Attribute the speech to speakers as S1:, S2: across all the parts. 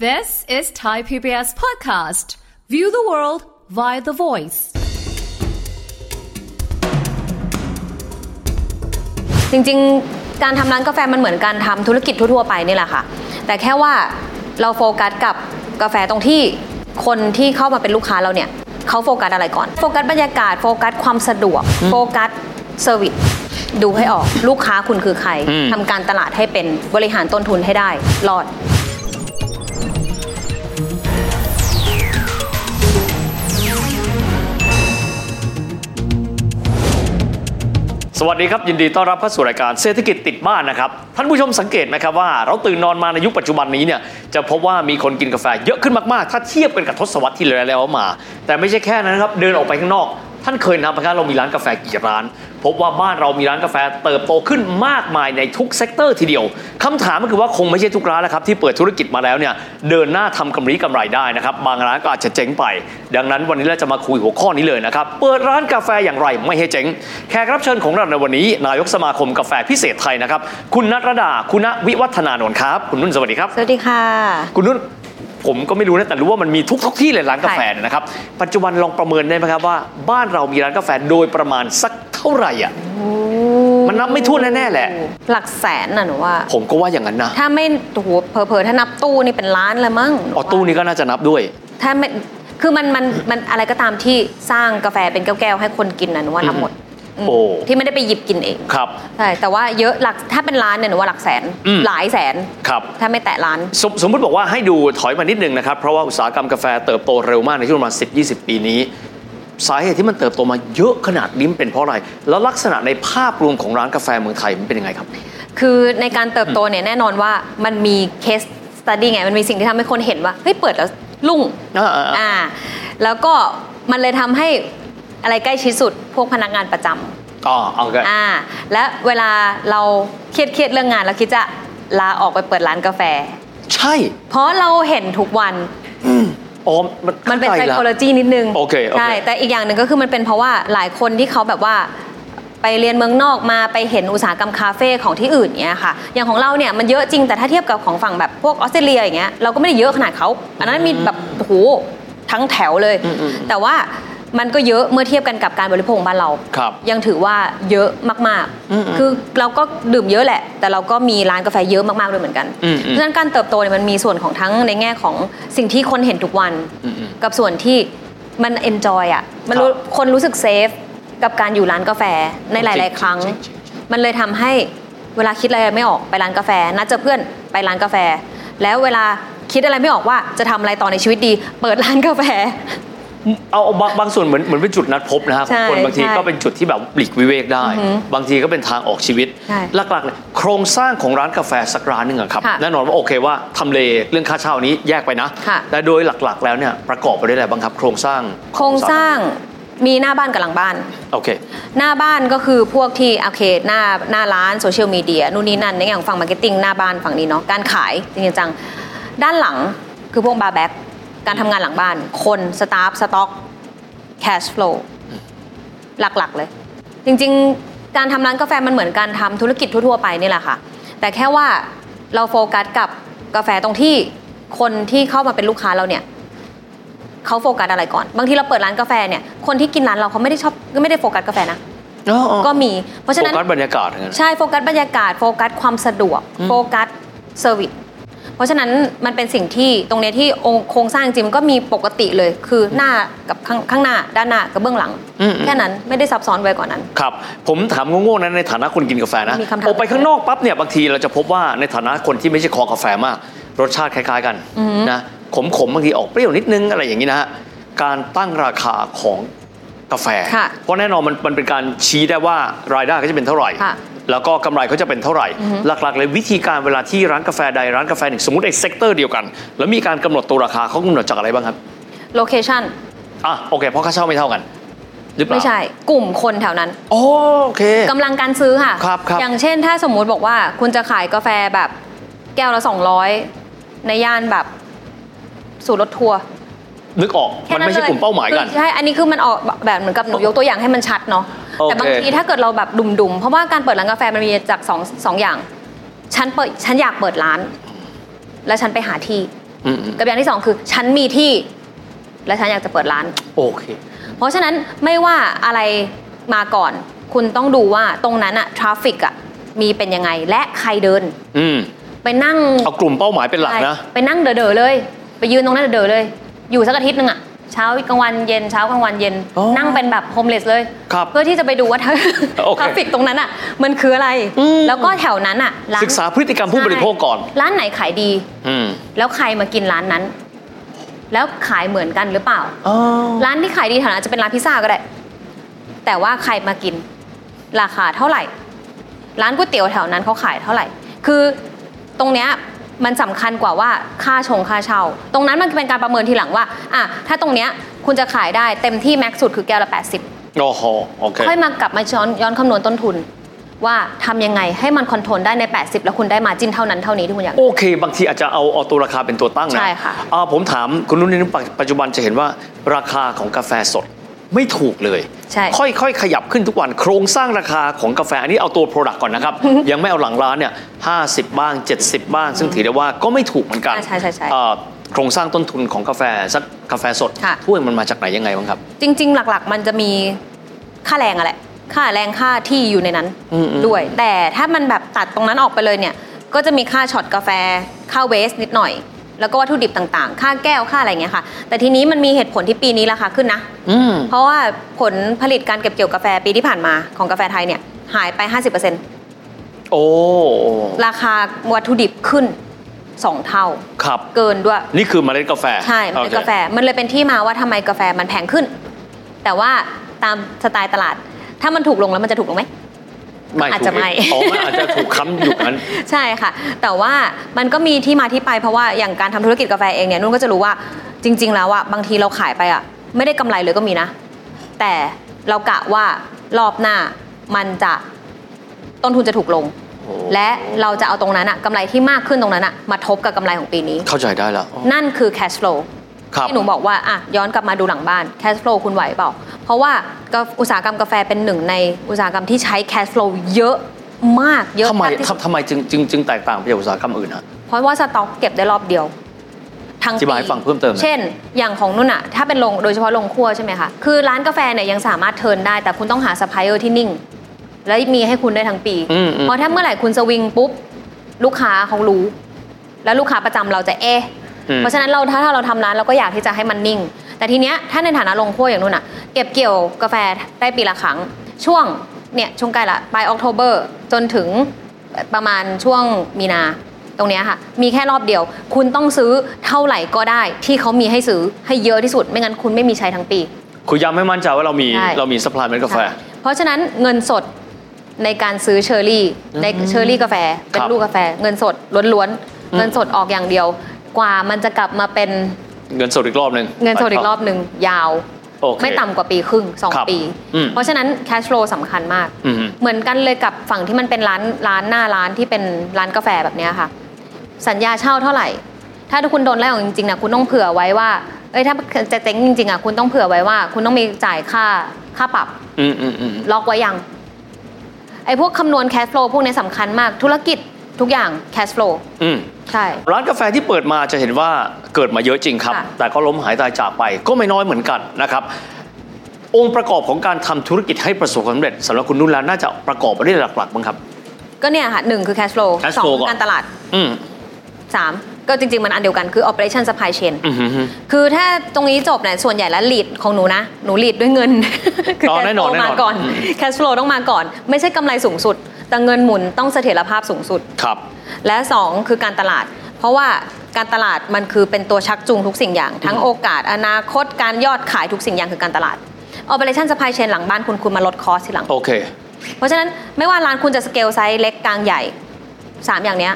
S1: This is Thai PBS Podcast. View the world via the voice.
S2: จริงๆ การทำร้านกาแฟมันเหมือนการทำธุรกิจทั่วๆไปนี่แหละค่ะ แต่แค่ว่าเราโฟกัสกับกาแฟตรงที่คนที่เข้ามาเป็นลูกค้าเราเนี่ยเขาโฟกัสอะไรก่อน โฟกัสบรรยากาศโฟกัสความสะดวก โฟกัสเซอร์วิสดูให้ออกลูกค้าคุณคือใคร
S3: อืม
S2: ทำการตลาดให้เป็นบริหารต้นทุนให้ได้รอด
S3: สวัสดีครับ ยินดีต้อนรับเข้าสู่รายการเศรษฐกิจติดบ้านนะครับ ท่านผู้ชมสังเกตไหมครับว่า เราตื่นนอนมาในยุคปัจจุบันนี้เนี่ยจะพบว่ามีคนกินกาแฟเยอะขึ้นมาก ๆ ถ้าเทียบกันกับทศวรรษที่แล้วๆมา แต่ไม่ใช่แค่นั้นครับ เดินออกไปข้างนอก ท่านเคยนับไหมครับเรามีร้านกาแฟกี่ร้าน พบว่าบ้านเรามีร้านกาแฟเติบโตขึ้นมากมายในทุกเซกเตอร์ทีเดียวคำถามก็คือว่าคงไม่ใช่ทุกร้านแล้วครับที่เปิดธุรกิจมาแล้วเนี่ยเดินหน้าทำกำไรกำไรได้นะครับบางร้านก็อาจจะเจ๊งไป ดังนั้นวันนี้เราจะมาคุยหัวข้อนี้เลยนะครับเปิดร้านกาแฟอย่างไรไม่ให้เจ๊ง แขกรับเชิญของเราในวันนี้ นายกสมาคมกาแฟพิเศษไทยนะครับ คุณนัทรดาคุณวิวัฒนานนท์ครับคุณนุ่นสวัสดีครับ
S2: สวัสดีค่ะ
S3: คุณนุ่นผมก็ไม่รู้นะแต่รู้ว่ามันมีทุกทุกๆที่เลยร้านกาแฟเนี่ยนะครับ ปัจจุบันลองประเมินได้ไหมครับว่าบ้านเรามีร้านกาแฟโดยประมาณสักเท่าไหร่อ่ะมันนับไม่ถ้วนแน่ๆแหละ
S2: หลักแสนน่ะหนูว่า
S3: ผมก็ว่าอย่างนั้นนะ
S2: ถ้าไม่โอ้โหเผลอๆถ้านับตู้นี่เป็นล้านเลยมั้งห
S3: อ
S2: ว่า
S3: อตู้นี้ก็น่าจะนับด้วย
S2: ถ้าไม่คือมันมันมันอะไรก็ตามที่สร้างกาแฟเป็นแก้วๆให้คนกินนะหนูว่าทั้งหมด
S3: อืมโอ้
S2: มที่ไม่ได้ไปหยิบกินเอง
S3: ครับ
S2: ใช่แต่ว่าเยอะหลักถ้าเป็นร้านเนี่ยหนูว่าหลักแสน
S3: อืม
S2: หลายแสน
S3: ครับ
S2: ถ้าไม่แตะล้าน
S3: สมสมมติบอกว่าให้ดูถอยมานิดนึงนะครับ เพราะว่าอุตสาหกรรมกาแฟเติบโตเร็วมากในช่วงประมาณ 10 20 ปีนี้ สาเหตุที่มันเติบโตมาเยอะขนาดนี้มันเป็นเพราะอะไร แล้วลักษณะในภาพรวมของร้านกาแฟเมืองไทยมันเป็นยังไงครับ
S2: คือในการเติบโตเนี่ยแน่นอนว่ามันมีเคสสตัดดี้ไง มันมีสิ่งที่ทำให้คนเห็นว่าเฮ้ยเปิดแล้วลุ่ง
S3: อ่าอ่าอ่า
S2: อ่า แล้วก็มันเลยทำให้อะไรใกล้ชิดสุดพวกพนักงานประจำ
S3: อ๋อเอาแค
S2: อ่าและเวลาเราเครียดเครียดๆเรื่องงานเราคิดจะลาออกไปเปิดร้านกาแฟ
S3: ใช่
S2: เพราะเราเห็นทุกวัน
S3: อ๋อมัน
S2: มันเป็น
S3: ข้าใจแล้ว
S2: psychology นิดนึง
S3: โอเคโอเค
S2: ใช่แต่อีกอย่างหนึ่งก็คือมันเป็นเพราะว่าหลายคนที่เขาแบบว่าไปเรียนเมืองนอกมาไปเห็นอุตสาหกรรมคาเฟ่ของที่อื่นเนี้ยค่ะ อย่างของเราเนี่ยมันเยอะจริงแต่ถ้าเทียบกับของฝั่งแบบพวกออสเตรเลียอย่างเงี้ยเราก็ไม่ได้เยอะขนาดเขาอันนั้นมีแบบโอ้โหทั้งแถวเลย
S3: อืมอืม
S2: แต่ว่ามันก็เยอะเมื่อเทียบกันกับการบริโภคของบ้านเรา
S3: ครับ
S2: ยังถือว่าเยอะมาก
S3: อืมๆ
S2: ๆ คือเราก็ดื่มเยอะแหละ แต่เราก็มีร้านกาแฟเยอะมากๆด้วยเหมือนกัน
S3: อืมๆ
S2: เพราะฉะนั้นการเติบโตเนี่ยมันมีส่วนของทั้งในแง่ของสิ่งที่คนเห็นทุกวัน
S3: อืม
S2: กับส่วนที่มันเอนจอยอ่ะ มันรู้
S3: ครับ
S2: คนรู้สึกเซฟกับการอยู่ร้านกาแฟในหลาย ๆ ครั้ง
S3: จริง
S2: มันเลยทำให้เวลาคิดอะไรไม่ออกไปร้านกาแฟ นัดเจอเพื่อนไปร้านกาแฟ แล้วเวลาคิดอะไรไม่ออกว่าจะทำอะไรต่อในชีวิตดี เปิดร้านกาแฟ
S3: เอาเอาบางบางส่วนเหมือนเหมือนเป็นจุดนัดพบนะครับ
S2: ใช่
S3: คนบางที
S2: ใช่
S3: ก็เป็นจุดที่แบบปลีกวิเวกได้
S2: อือหือบ
S3: างทีก็เป็นทางออกชีวิต
S2: ใช่
S3: หลักๆเลยโครงสร้างของร้านกาแฟสักร้านหนึ่งอะครับ
S2: ค่ะ
S3: แน่นอนว่าโอเคว่าทำเลเรื่องค่าเช่านี้แยกไปนะ
S2: ค่ะ
S3: แต่โดยหลักๆ แล้วเนี่ยประกอบไปด้วยอะไรบ้างครับ โครงสร้าง
S2: โครงสร้างมีหน้าบ้านกับหลังบ้าน
S3: โอเค
S2: หน้าบ้านก็คือพวกที่โอเคหน้าหน้าร้านโซเชียลมีเดียนู่นนี่นั่นในอย่างฝั่งมาร์เก็ตติ้งหน้าบ้านฝั่งนี้เนาะการขายจริงๆจังด้านหลังคือพวกบาร์แบ็กการทำงานหลังบ้าน คนสตาฟสต็อกแคชฟลูหลักๆเลย จริงๆ การทำร้านกาแฟมันเหมือนการทำธุรกิจทั่วๆไปนี่แหละค่ะ แต่แค่ว่าเราโฟกัสกับกาแฟตรงที่คนที่เข้ามาเป็นลูกค้าเราเนี่ย เขาโฟกัสอะไรก่อน บางทีเราเปิดร้านกาแฟเนี่ย คนที่กินร้านเราเขาไม่ได้ชอบไม่ได้โฟกัสกาแฟนะ ก็มี เพราะฉะนั้น
S3: โฟกัสบรรยากาศอย่างนั้น
S2: ใช่ โฟกัสบรรยากาศ โฟกัสความสะดวก โฟกัสเซอร์วิส เพราะฉะนั้นมันเป็นสิ่งที่ตรงเนี้ยที่องค์โครงสร้างจริงๆมันก็มีปกติเลย คือหน้ากับข้างข้างหน้า ด้านหน้ากับเบื้องหลัง
S3: อืมอืม
S2: แค่นั้นไม่ได้ซับซ้อนไปกว่านั้น
S3: ครับ ผมถามโง่ๆนะในฐานะคนกินกาแฟนะ
S2: มีคำถาม
S3: ออกไปข้างนอกปั๊บเนี่ยบางทีเราจะพบว่าในฐานะคนที่ไม่ใช่คอกาแฟมาก รสชาติคล้ายๆกันนะขมๆบางทีออกเปรี้ยวนิดนึงอะไรอย่างนี้นะฮะการตั้งราคาของกาแฟ
S2: ค่ะ
S3: เพราะแน่นอนมันมันเป็นการชี้ได้ว่ารายได้เขาจะเป็นเท่าไหร่
S2: ค่ะ
S3: แล้วก็กำไรเขาจะเป็นเท่าไหร่ หลักๆเลยวิธีการเวลาที่ร้านกาแฟใดร้านกาแฟหนึ่งสมมติไอ้เซกเตอร์เดียวกัน แล้วมีการกำหนดตัวราคาเขากำหนดจากอะไรบ้างครับ
S2: โลเคชั่น
S3: อ่ะโอเคเพราะค่าเช่าไม่เท่ากันหรือเปล่า
S2: ไม่ใช่ กลุ่มคนแถวนั้น
S3: อ๋อโอเค
S2: กำลังการซื้อค่ะ
S3: ครับครับ
S2: อย่างเช่นถ้าสมมุติบอกว่าคุณจะขายกาแฟแบบแก้วละ 200 ในย่านแบบสูตรรถทัวร์
S3: นึกออกมันไม่ใช่กลุ่มเป้าหมายกัน
S2: คือใช่ อันนี้คือมันออกแบบเหมือนกับหนูยกตัวอย่างให้มันชัดเนาะ
S3: โอเค
S2: แต่บางทีถ้าเกิดเราแบบดุมๆ เพราะว่าการเปิดร้านกาแฟมันมีจากสองสองอย่าง ฉันเปิดฉันอยากเปิดร้าน แล้วฉันไปหาที่
S3: อืมอืม
S2: กับอย่างที่สองคือฉันมีที่ และฉันอยากจะเปิดร้าน
S3: โอเค
S2: เพราะฉะนั้นไม่ว่าอะไรมาก่อน คุณต้องดูว่าตรงนั้นอะทราฟิกอะมีเป็นยังไง และใครเดิน
S3: อืม
S2: ไปนั่ง
S3: เอากลุ่มเป้าหมายเป็นหลักนะ
S2: ไปไปนั่งเด๋อๆเลย ไปยืนตรงนั้นเด๋อๆเลย อยู่สักอาทิตย์หนึ่งอะเช้ากลางวันเย็นเช้ากลางวันเย็น
S3: อ๋อ
S2: นั่งเป็นแบบโฮมเลสเลย
S3: ครับ
S2: เพื่อที่จะไปดูว่าทรา
S3: โอเค
S2: ทราฟิกตรงนั้นอะมันคืออะไร
S3: อืม
S2: แล้วก็แถวนั้นอะร้น
S3: ศึกษาพฤติกรรมผู้บริโภคก่อน
S2: ใช่ร้านไหนขายดี
S3: อืม
S2: แล้วใครมากินร้านนั้น แล้วขายเหมือนกันหรือเปล่า
S3: อ๋อ
S2: ร้านที่ขายดีแถวนั้นอาจจะเป็นร้านพิซซ่าก็ได้ แต่ว่าใครมากิน ราคาเท่าไหร่ ร้านก๋วยเตี๋ยวแถวนั้นเขาขายเท่าไหร่ คือตรงเนี้ยมันสำคัญกว่าว่าค่าชงค่าเช่า ตรงนั้นมันเป็นการประเมินทีหลังว่าอ่ะถ้าตรงเนี้ยคุณจะขายได้เต็มที่แม็กซ์สุดคือแก้วละ 80
S3: โอ้โหโอเค
S2: ค่อยมากลับมาย้อนย้อนคำนวณต้นทุน ว่าทำยังไงให้มันคอนโทรลได้ใน 80 แล้วคุณได้มาจิ้นเท่านั้นเท่านี้ที่คุณอยาก
S3: โอเค บางทีอาจจะเอาเอาตัวราคาเป็นตัวตั้งนะ
S2: ใช่ค่ะ
S3: อ่าผมถามคุณนุ่นนดปัจจุบันจะเห็นว่าราคาของกาแฟสดไม่ถูกเลย
S2: ใช่
S3: ค่อยๆ ขยับขึ้นทุกวัน โครงสร้างราคาของกาแฟอันนี้เอาตัว Product ก่อนนะครับ ยังไม่เอาหลังร้านเนี่ยห้าสิบบ้าง 70 บ้าง ซึ่งถือได้ว่าก็ไม่ถูกเหมือนกัน
S2: อ่าใช่ใช่ใช่
S3: อ่าโครงสร้างต้นทุนของกาแฟสักกาแฟสด
S2: ค่ะ
S3: ถ้วยมันมาจากไหนยังไงบ้างครับ
S2: จริง ๆ หลักๆ มันจะมีค่าแรงอะแหละ ค่าแรงค่าที่อยู่ในนั้น
S3: อืมๆ
S2: ด้วย แต่ถ้ามันแบบตัดตรงนั้นออกไปเลยเนี่ย ก็จะมีค่าช็อตกาแฟ ค่าเวสนิดหน่อย แล้วก็วัตถุดิบต่างๆ ค่าแก้ว ค่าอะไรเงี้ยค่ะ แต่ทีนี้มันมีเหตุผลที่ปีนี้ราคาขึ้นนะ
S3: อืม
S2: เพราะว่าผลผลิตการเก็บเกี่ยวกาแฟปีที่ผ่านมาของกาแฟไทยเนี่ยหายไป 50%
S3: โอ้
S2: ราคาวัตถุดิบขึ้น 2 เท่า
S3: ครับ
S2: เกินด้วย
S3: นี่คือเมล็ดกาแฟ
S2: ใช่มันเป็น
S3: โอค
S2: กาแฟ มันเลยเป็นที่มาว่าทำไมกาแฟมันแพงขึ้น แต่ว่าตามสไตล์ตลาด ถ้ามันถูกลงแล้วมันจะถูกลงไหม อาจจะ
S3: ถูก
S2: ไม่
S3: อ๋อมันอาจจะถูกค้ำอยู่นั้น
S2: ใช่ค่ะ แต่ว่ามันก็มีที่มาที่ไปเพราะว่าอย่างการทำธุรกิจกาแฟเองเนี่ยนุ่นก็จะรู้ว่าจริง ๆ แล้วอะบางทีเราขายไปอะไม่ได้กำไรเลยก็มีนะ แต่เรากะว่ารอบหน้ามันจะต้นทุนจะถูกลง
S3: โอ้
S2: และเราจะเอาตรงนั้นอะกำไรที่มากขึ้นตรงนั้นอะมาทบกับกำไรของปีนี้
S3: เข้าใจได้แล้วอ๋อ
S2: นั่นคือ cash flow
S3: ครับ
S2: ที่หนูบอกว่าอ่ะย้อนกลับมาดูหลังบ้าน cash flow คุณไหวเปล่า เพราะว่าก็อุตสาหกรรมกาแฟเป็นหนึ่งในอุตสาหกรรมที่ใช้ cash flow เยอะมากเยอะ
S3: ทำไม
S2: มากที่สุด
S3: ทำทำไมจึงจึงจึงแตกต่างไปจากอุตสาหกรรมอื่นฮะ
S2: เพราะว่าสต็อกเก็บได้รอบเดียวทั้ง
S3: อธิบายให้ฟังเพิ่มเติมหน่อย
S2: เช่น อย่างของนุ่นอะถ้าเป็นลงโดยเฉพาะลงคั่วใช่ไหมคะ คือร้านกาแฟเนี่ยยังสามารถเทิร์นได้ แต่คุณต้องหาซัพพลายเออร์ที่นิ่ง และมีให้คุณได้ทั้งปี
S3: อืมอืม
S2: เพราะถ้าเมื่อไหร่คุณสวิงปุ๊บลูกค้าเขารู้ แล้วลูกค้าประจำเราจะเอ๊ะ
S3: อืม
S2: เพราะฉะนั้นเราถ้าถ้าเราทำร้านเราก็อยากที่จะให้มันนิ่ง แต่ทีเนี้ยถ้าในฐานะลงครัวอย่างนู้นอ่ะเก็บเกี่ยวกาแฟได้ปีละครั้ง ช่วงเนี่ยช่วงใกล้ละปลายออก ober จนถึงประมาณช่วงมีนาตรงเนี้ยค่ะ มีแค่รอบเดียว คุณต้องซื้อเท่าไหร่ก็ได้ ที่เขามีให้ซื้อให้เยอะที่สุด ไม่งั้นคุณไม่มีใช้ทั้งปี
S3: คือย้ำให้มั่นใจว่าเรามี
S2: ใช่
S3: เรามีสป라이เมนกาแฟ
S2: ใช่เพราะฉะนั้นเงินสดในการซื้อเชอร์รี่ ในเชอร์รี่กาแฟ เป็น
S3: ครับ
S2: ลูกกาแฟ เงินสดล้วนๆ
S3: อืม
S2: เงินสดออกอย่างเดียว กว่ามันจะกลับมาเป็น
S3: เงินสดอีกรอบหนึ่ง
S2: เงินสดอีกรอบหนึ่งยาว
S3: โอเค
S2: ไม่ต่ำกว่าปีครึ่ง
S3: ครับ
S2: 2 ปี
S3: อืม
S2: เพราะฉะนั้น cash flow สำคัญมาก
S3: อืม
S2: เหมือนกันเลยกับฝั่งที่มันเป็นร้านร้านหน้าร้านที่เป็นร้านกาแฟแบบเนี้ยค่ะ สัญญาเช่าเท่าไหร่ ถ้าคุณโดนไล่ออกจริงๆนะคุณต้องเผื่อไว้ว่าเอ้ยถ้าจะเจ๊งจริงๆอ่ะคุณต้องเผื่อไว้ว่า คุณต้องมีจ่ายค่าค่าปรับ
S3: อืมอืมอืมอืม
S2: ล็อกไว้ยัง ไอ้พวกคำนวณ cash flow พวกเนี้ยสำคัญมากธุรกิจทุกอย่าง cash flow
S3: อืม
S2: ใช่
S3: ร้านกาแฟที่เปิดมาจะเห็นว่าเกิดมาเยอะจริงครับ
S2: ค่ะ
S3: แต่ก็ล้มหายตายจากไปก็ไม่น้อยเหมือนกันนะครับ องค์ประกอบของการทำธุรกิจให้ประสบความสำเร็จสำหรับคุณนุ่นแล้วน่าจะประกอบไปด้วยหลักๆบ้างครับ
S2: ก็เนี่ยค่ะหนึ่งคือ cash flow
S3: cash
S2: สอง
S3: flow ก่อน
S2: การตลาด
S3: อืม
S2: สามก็จริง ๆ มันอันเดียวกันคือ operation supply chain
S3: อืมอืมอืม
S2: คือถ้าตรงนี้จบเนี่ยส่วนใหญ่แล้วลีดของหนูนะ หนูลีดด้วยเงิน คือ
S3: อ๋อ
S2: cash
S3: แน่นอน
S2: flow
S3: แน่นอน
S2: มาก่อน
S3: อืม
S2: cash flow ต้องมาก่อน ไม่ใช่กำไรสูงสุด แต่เงินหมุนต้องเสถียรภาพสูงสุด
S3: ครับ
S2: และสองคือการตลาด เพราะว่าการตลาดมันคือเป็นตัวชักจูงทุกสิ่งอย่าง ทั้งโอกาส อนาคตการยอดขายทุกสิ่งอย่างคือการตลาด operation supply chain หลังบ้านคุณคุณมาลดคอสทีหลัง
S3: โอเค
S2: เพราะฉะนั้นไม่ว่าร้านคุณจะสเกลไซส์เล็กกลางใหญ่ 3 อย่างเนี้ย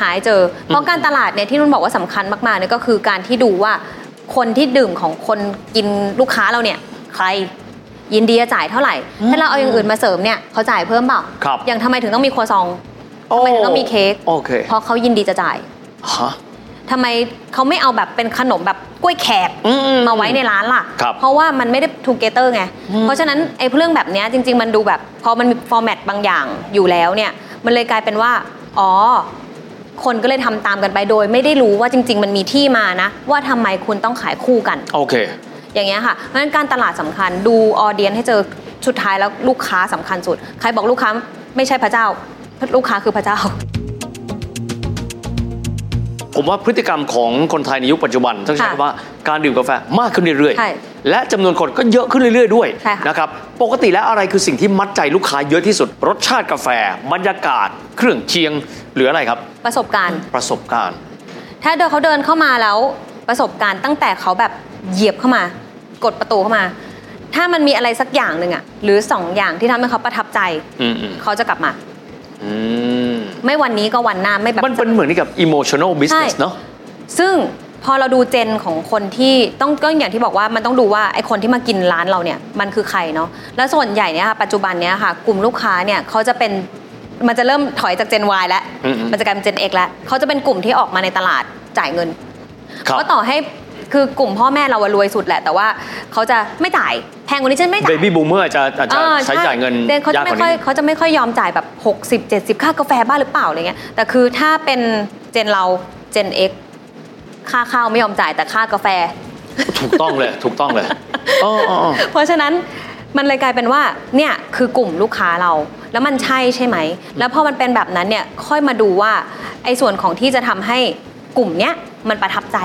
S2: หายเจอ เพราะการตลาดเนี่ยที่นุ่นบอกว่าสำคัญมากๆเนี่ยก็คือการที่ดูว่าคนที่ดื่มของคนกินลูกค้าเราเนี่ย ใครยินดีจะจ่ายเท่าไหร่ ถ้าเราเอาอย่างอื่นมาเสริมเนี่ยเขาจ่ายเพิ่มเปล่า
S3: ครับ
S2: อย่างทำไมถึงต้องมีครัวซอง ทำไมถึงต้องมีเค้ก
S3: โอเค
S2: เพราะเขายินดีจะจ่าย
S3: ฮะ
S2: ทำไมเขาไม่เอาแบบเป็นขนมแบบกล้วยแขก
S3: อืม
S2: มาไว้ในร้านล่ะ
S3: ครับ
S2: เพราะว่ามันไม่ได้ทูเกเตอร์ไง
S3: อืม
S2: เพราะฉะนั้นไอ้เรื่องแบบเนี้ยจริง ๆ มันดูแบบ พอมันมีฟอร์แมตบางอย่างอยู่แล้วเนี่ย มันเลยกลายเป็นว่า อ๋อ คนก็เลยทำตามกันไปโดย ไม่ได้รู้ว่าจริง ๆ มันมีที่มานะ ว่าทำไมคุณต้องขายคู่กัน
S3: โอเค
S2: อย่างเงี้ยค่ะ เพราะฉะนั้นการตลาดสำคัญดูออเดียนให้เจอสุดท้ายแล้วลูกค้าสำคัญสุด ใครบอกลูกค้าไม่ใช่พระเจ้า ลูกค้าคือพระเจ้า
S3: ผมว่าพฤติกรรมของคนไทยในยุคปัจจุบันต้องใช้
S2: ค่ะ
S3: คำว่าการดื่มกาแฟมากขึ้นเรื่อย
S2: ใช่
S3: ๆ และจำนวนคนก็เยอะขึ้นเรื่อย ๆ ด้วย
S2: ใช่ค่ะ
S3: นะครับปกติแล้วอะไรคือสิ่งที่มัดใจลูกค้าเยอะที่สุด รสชาติกาแฟ บรรยากาศ เครื่องเคียง หรืออะไรครับ
S2: ประสบการณ์
S3: ประสบการณ์
S2: ถ้าเดินเขาเดินเข้ามาแล้วประสบการณ์ตั้งแต่เขาแบบเหยียบเข้ามา กดประตูเข้ามา ถ้ามันมีอะไรสักอย่างหนึ่งอะหรือสองอย่างที่ทำให้เขาประทับใจ
S3: อืมอืม
S2: เขาจะกลับมา
S3: อืม
S2: ไม่วันนี้ก็วันหน้าไม่แบบ
S3: มันเป็นเหมือนกับ emotional business
S2: ใช่
S3: เนอะ
S2: ซึ่งพอเราดูเจนของคนที่ต้องก็อย่างที่บอกว่ามันต้องดูว่าไอคนที่มากินร้านเราเนี่ยมันคือใครเนาะแล้วส่วนใหญ่เนี่ยค่ะปัจจุบันเนี่ยค่ะกลุ่มลูกค้าเนี่ยเขาจะเป็นมันจะเริ่มถอยจากเจน Y แล้ว
S3: อืมๆ
S2: มันจะกลายเป็นเจน X แล้วเขาจะเป็นกลุ่มที่ออกมาในตลาดจ่ายเงิน
S3: ครับ
S2: ก็ต่อให้คือกลุ่มพ่อแม่เราอะรวยสุดแหละ แต่ว่าเขาจะไม่จ่ายแพงกว่านี้ฉันไม่จ่าย
S3: baby boomer จะอาจจะ
S2: เออ
S3: ใช้จ่ายเงิน
S2: เดนเขา
S3: ยา
S2: จะ
S3: กก
S2: ไม่
S3: ว่า
S2: ค่อย
S3: นี้
S2: เขาจะไม่ค่อยยอมจ่ายแบบ 60 70 ค่ากาแฟบ้านหรือเปล่าอะไรเงี้ยแต่คือถ้าเป็นเจนเราเจน X ค่าข้าวไม่ยอมจ่ายแต่ค่ากาแฟ
S3: ถูกต้อง เลยถูกต้องเลยอ๋ออ๋ออ๋อ
S2: เพราะฉะนั้นมันเลยกลายเป็นว่าเนี่ยคือกลุ่มลูกค้าเรา แล้วมันใช่ใช่ไหม แล้วพอมันเป็นแบบนั้นเนี่ยค่อยมาดูว่าไอ้ส่วนของที่จะทำให้กลุ่มเนี้ยมันประทับใจ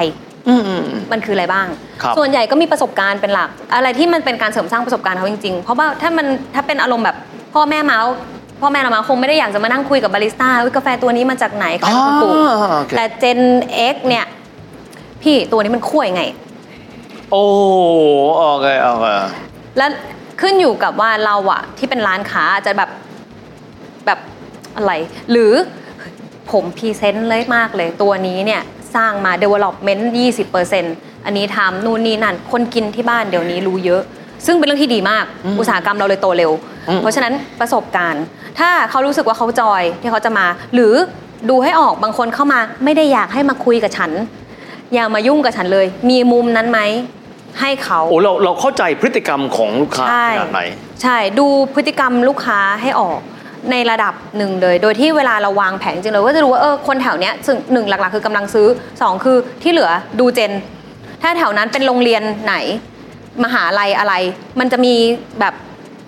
S3: อืมอืมอืม
S2: มันคืออะไรบ้าง
S3: ครับ
S2: ส่วนใหญ่ก็มีประสบการณ์เป็นหลัก อะไรที่มันเป็นการเสริมสร้างประสบการณ์เขาจริงๆ เพราะว่าถ้ามันถ้าเป็นอารมณ์แบบพ่อแม่เมาส์พ่อแม่เรามาคงไม่ได้อยากจะมานั่งคุยกับบาริสต้าอุ๊ยกาแฟตัวนี้มาจากไหนใครเป็นคนปลูก
S3: อ่าโอเค
S2: แต่เจน X เนี่ย พี่ตัวนี้มันคั่วยังไง
S3: โอ้โอเคโอเค
S2: แล้วขึ้นอยู่กับว่าเราอะที่เป็นร้านค้าจะแบบแบบอะไร หรือผมพรีเซนต์เลยมากเลย ตัวนี้เนี่ย สร้างมา development 20%อันนี้ทำนู่นนี่นั่น คนกินที่บ้านเดี๋ยวนี้รู้เยอะ ซึ่งเป็นเรื่องที่ดีมาก อุตสาหกรรมเราเลยโตเร็ว เพราะฉะนั้นประสบการณ์ ถ้าเขารู้สึกว่าเขาจอยที่เขาจะมา หรือดูให้ออกบางคนเข้ามา ไม่ได้อยากให้มาคุยกับฉัน อย่ามายุ่งกับฉันเลย มีมุมนั้นไหมให้เขา
S3: โอ้เราเราเข้าใจพฤติกรรมของลูกค้าขนาดไหน
S2: ใช่ดูพฤติกรรมลูกค้าให้ออกในระดับหนึ่งเลย โดยที่เวลาเราวางแผนจริงเลยก็จะรู้ว่าเออคนแถวเนี้ยซึ่งหนึ่งหลักๆ คือกำลังซื้อสองคือที่เหลือดูเจน ถ้าแถวนั้นเป็นโรงเรียนไหน มหาลัยอะไร มันจะมีแบบ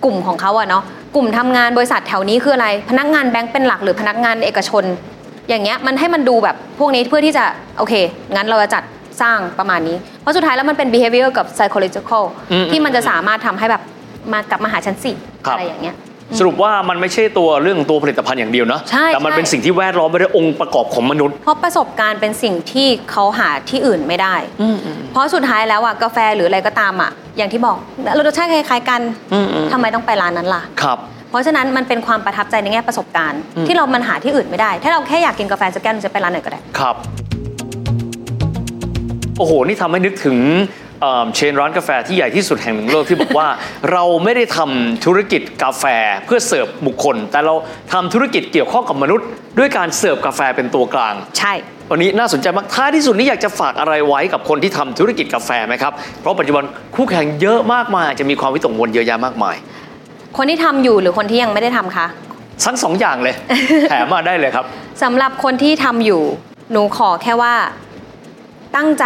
S2: กลุ่มของเขาอะเนาะกลุ่มทำงานบริษัทแถวนี้คืออะไร พนักงานแบงก์เป็นหลักหรือพนักงานเอกชน อย่างเงี้ยมันให้มันดูแบบพวกนี้เพื่อที่จะโอเค งั้นเราจะจัดสร้างประมาณนี้เพราะสุดท้ายแล้วมันเป็น behavior กับ psychological
S3: อืม
S2: ที่มันจะสามารถทำให้แบบมากลับมาหาฉันสิ
S3: ครับ
S2: อะไรอย่างเงี้ย
S3: สรุปว่ามันไม่ใช่ตัวเรื่องตัวผลิตภัณฑ์อย่างเดียวนะ
S2: ใช่
S3: แต่มัน
S2: ใช่
S3: เป็นสิ่งที่แวดล้อมไปด้วยองค์ประกอบของมนุษย์
S2: เพราะประสบการณ์เป็นสิ่งที่เขาหาที่อื่นไม่ได้ เพราะสุดท้ายแล้วอะกาแฟหรืออะไรก็ตามอะอย่างที่บอกรสชาติคล้ายๆกัน
S3: อืมอืม
S2: ทำไมต้องไปร้านนั้นล่ะ
S3: ครับ
S2: เพราะฉะนั้นมันเป็นความประทับใจในแง่ประสบการณ์ ที่เรามันหาที่อื่นไม่ได้ ถ้าเราแค่อยากกินกาแฟสักแก้วหนึ่งจะไปร้านไหนก็ได้
S3: ครับ โอ้โห นี่ทำให้นึกถึงเอ่อเชนร้านกาแฟที่ใหญ่ที่สุดแห่งหนึ่งในโลกที่บอกว่า เราไม่ได้ทำธุรกิจกาแฟเพื่อเสิร์ฟบุคคล แต่เราทำธุรกิจเกี่ยวข้องกับมนุษย์ ด้วยการเสิร์ฟกาแฟเป็นตัวกลาง
S2: ใช่
S3: วันนี้น่าสนใจมากท้ายที่สุดนี้อยากจะฝากอะไรไว้กับคนที่ทำธุรกิจกาแฟไหมครับ เพราะปัจจุบันคู่แข่งเยอะมากมายอาจจะมีความวิตกกังวลเยอะแยะมากมาย
S2: คนที่ทำอยู่หรือคนที่ยังไม่ได้ทำคะ
S3: ทั้งสองอย่างเลย แถมมาได้เลยครับ
S2: สำหรับคนที่ทำอยู่ หนูขอแค่ว่าตั้งใจ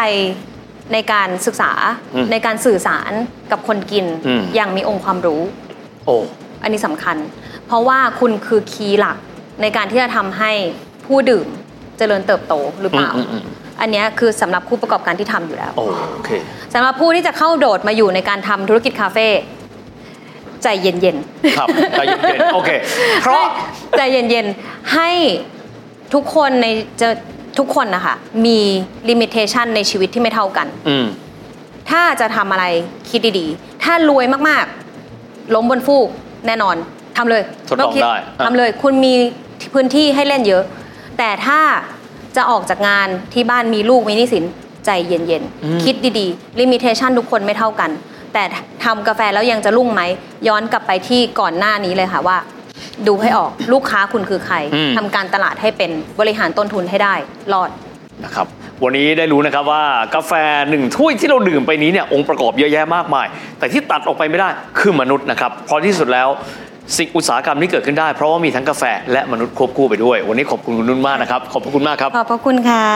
S2: ในการศึกษา
S3: อืม
S2: ในการสื่อสารกับคนกิน
S3: อืม
S2: อย่างมีองค์ความรู้
S3: โอ้
S2: อันนี้สำคัญ เพราะว่าคุณคือคีย์หลักในการที่จะทำให้ผู้ดื่มเจริญเติบโตหรือเปล่า
S3: อืมอืมอืม
S2: อันเนี้ยคือสำหรับผู้ประกอบการที่ทำอยู่แล้ว
S3: โอโอเค
S2: สำหรับผู้ที่จะเข้าโดดมาอยู่ในการทำธุรกิจคาเฟ่ใจเย็นๆ
S3: ครับใจเย็นๆโอเค เพ ราะ
S2: ใจเย็นๆ ให้ทุกคนในจะทุกคนนะคะมีลิมิเ t ชันในชีวิตที่ไม่เท่ากัน
S3: อืม
S2: ถ้าจะทำอะไรคิดดีๆ ถ้ารวยมากๆ ล้มบนฟูกแน่นอนทำเลย
S3: ทดลอง
S2: ม่คิ
S3: ได้อ่ะ
S2: ทำเลยคุณมีพื้นที่ให้เล่นเยอะ แต่ถ้าจะออกจากงานที่บ้านมีลูกมีหนิสินใจเย็นๆ คิดดีๆลิมิเ t ชันทุกคนไม่เท่ากัน แต่ทำกาแฟแล้วยังจะรุ่งไหม ย้อนกลับไปที่ก่อนหน้านี้เลยค่ะว่า ดูให้ออกลูกค้าคุณคือใคร
S3: อืม
S2: ทำการตลาดให้เป็นบริหารต้นทุนให้ได้รอด
S3: นะครับวันนี้ได้รู้นะครับว่ากาแฟหนึ่งถ้วยที่เราดื่มไปนี้เนี่ยองค์ประกอบเยอะแยะมากมาย แต่ที่ตัดออกไปไม่ได้คือมนุษย์นะครับเพราะที่สุดแล้ว สิ่งอุตสาหกรรมที่เกิดขึ้นได้เพราะว่ามีทั้งกาแฟและมนุษย์ควบคู่ไปด้วย วันนี้ขอบคุณคุณนุ่นมากนะครับ ขอบพระคุณมากครับ
S2: ขอบพระคุณค่ะ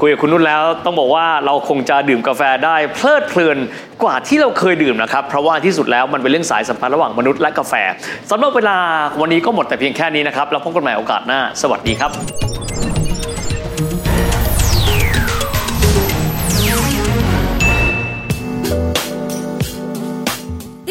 S3: คุยกับคุณนุ่นแล้วต้องบอกว่าเราคงจะดื่มกาแฟได้เพลิดเพลินกว่าที่เราเคยดื่มนะครับ เพราะว่าที่สุดแล้วมันเป็นเรื่องสายสัมพันธ์ระหว่างมนุษย์และกาแฟสำหรับเวลาวันนี้ก็หมดแต่เพียงแค่นี้นะครับแล้วพบกันใหม่โอกาสหน้า สวัสดีครับ
S4: ต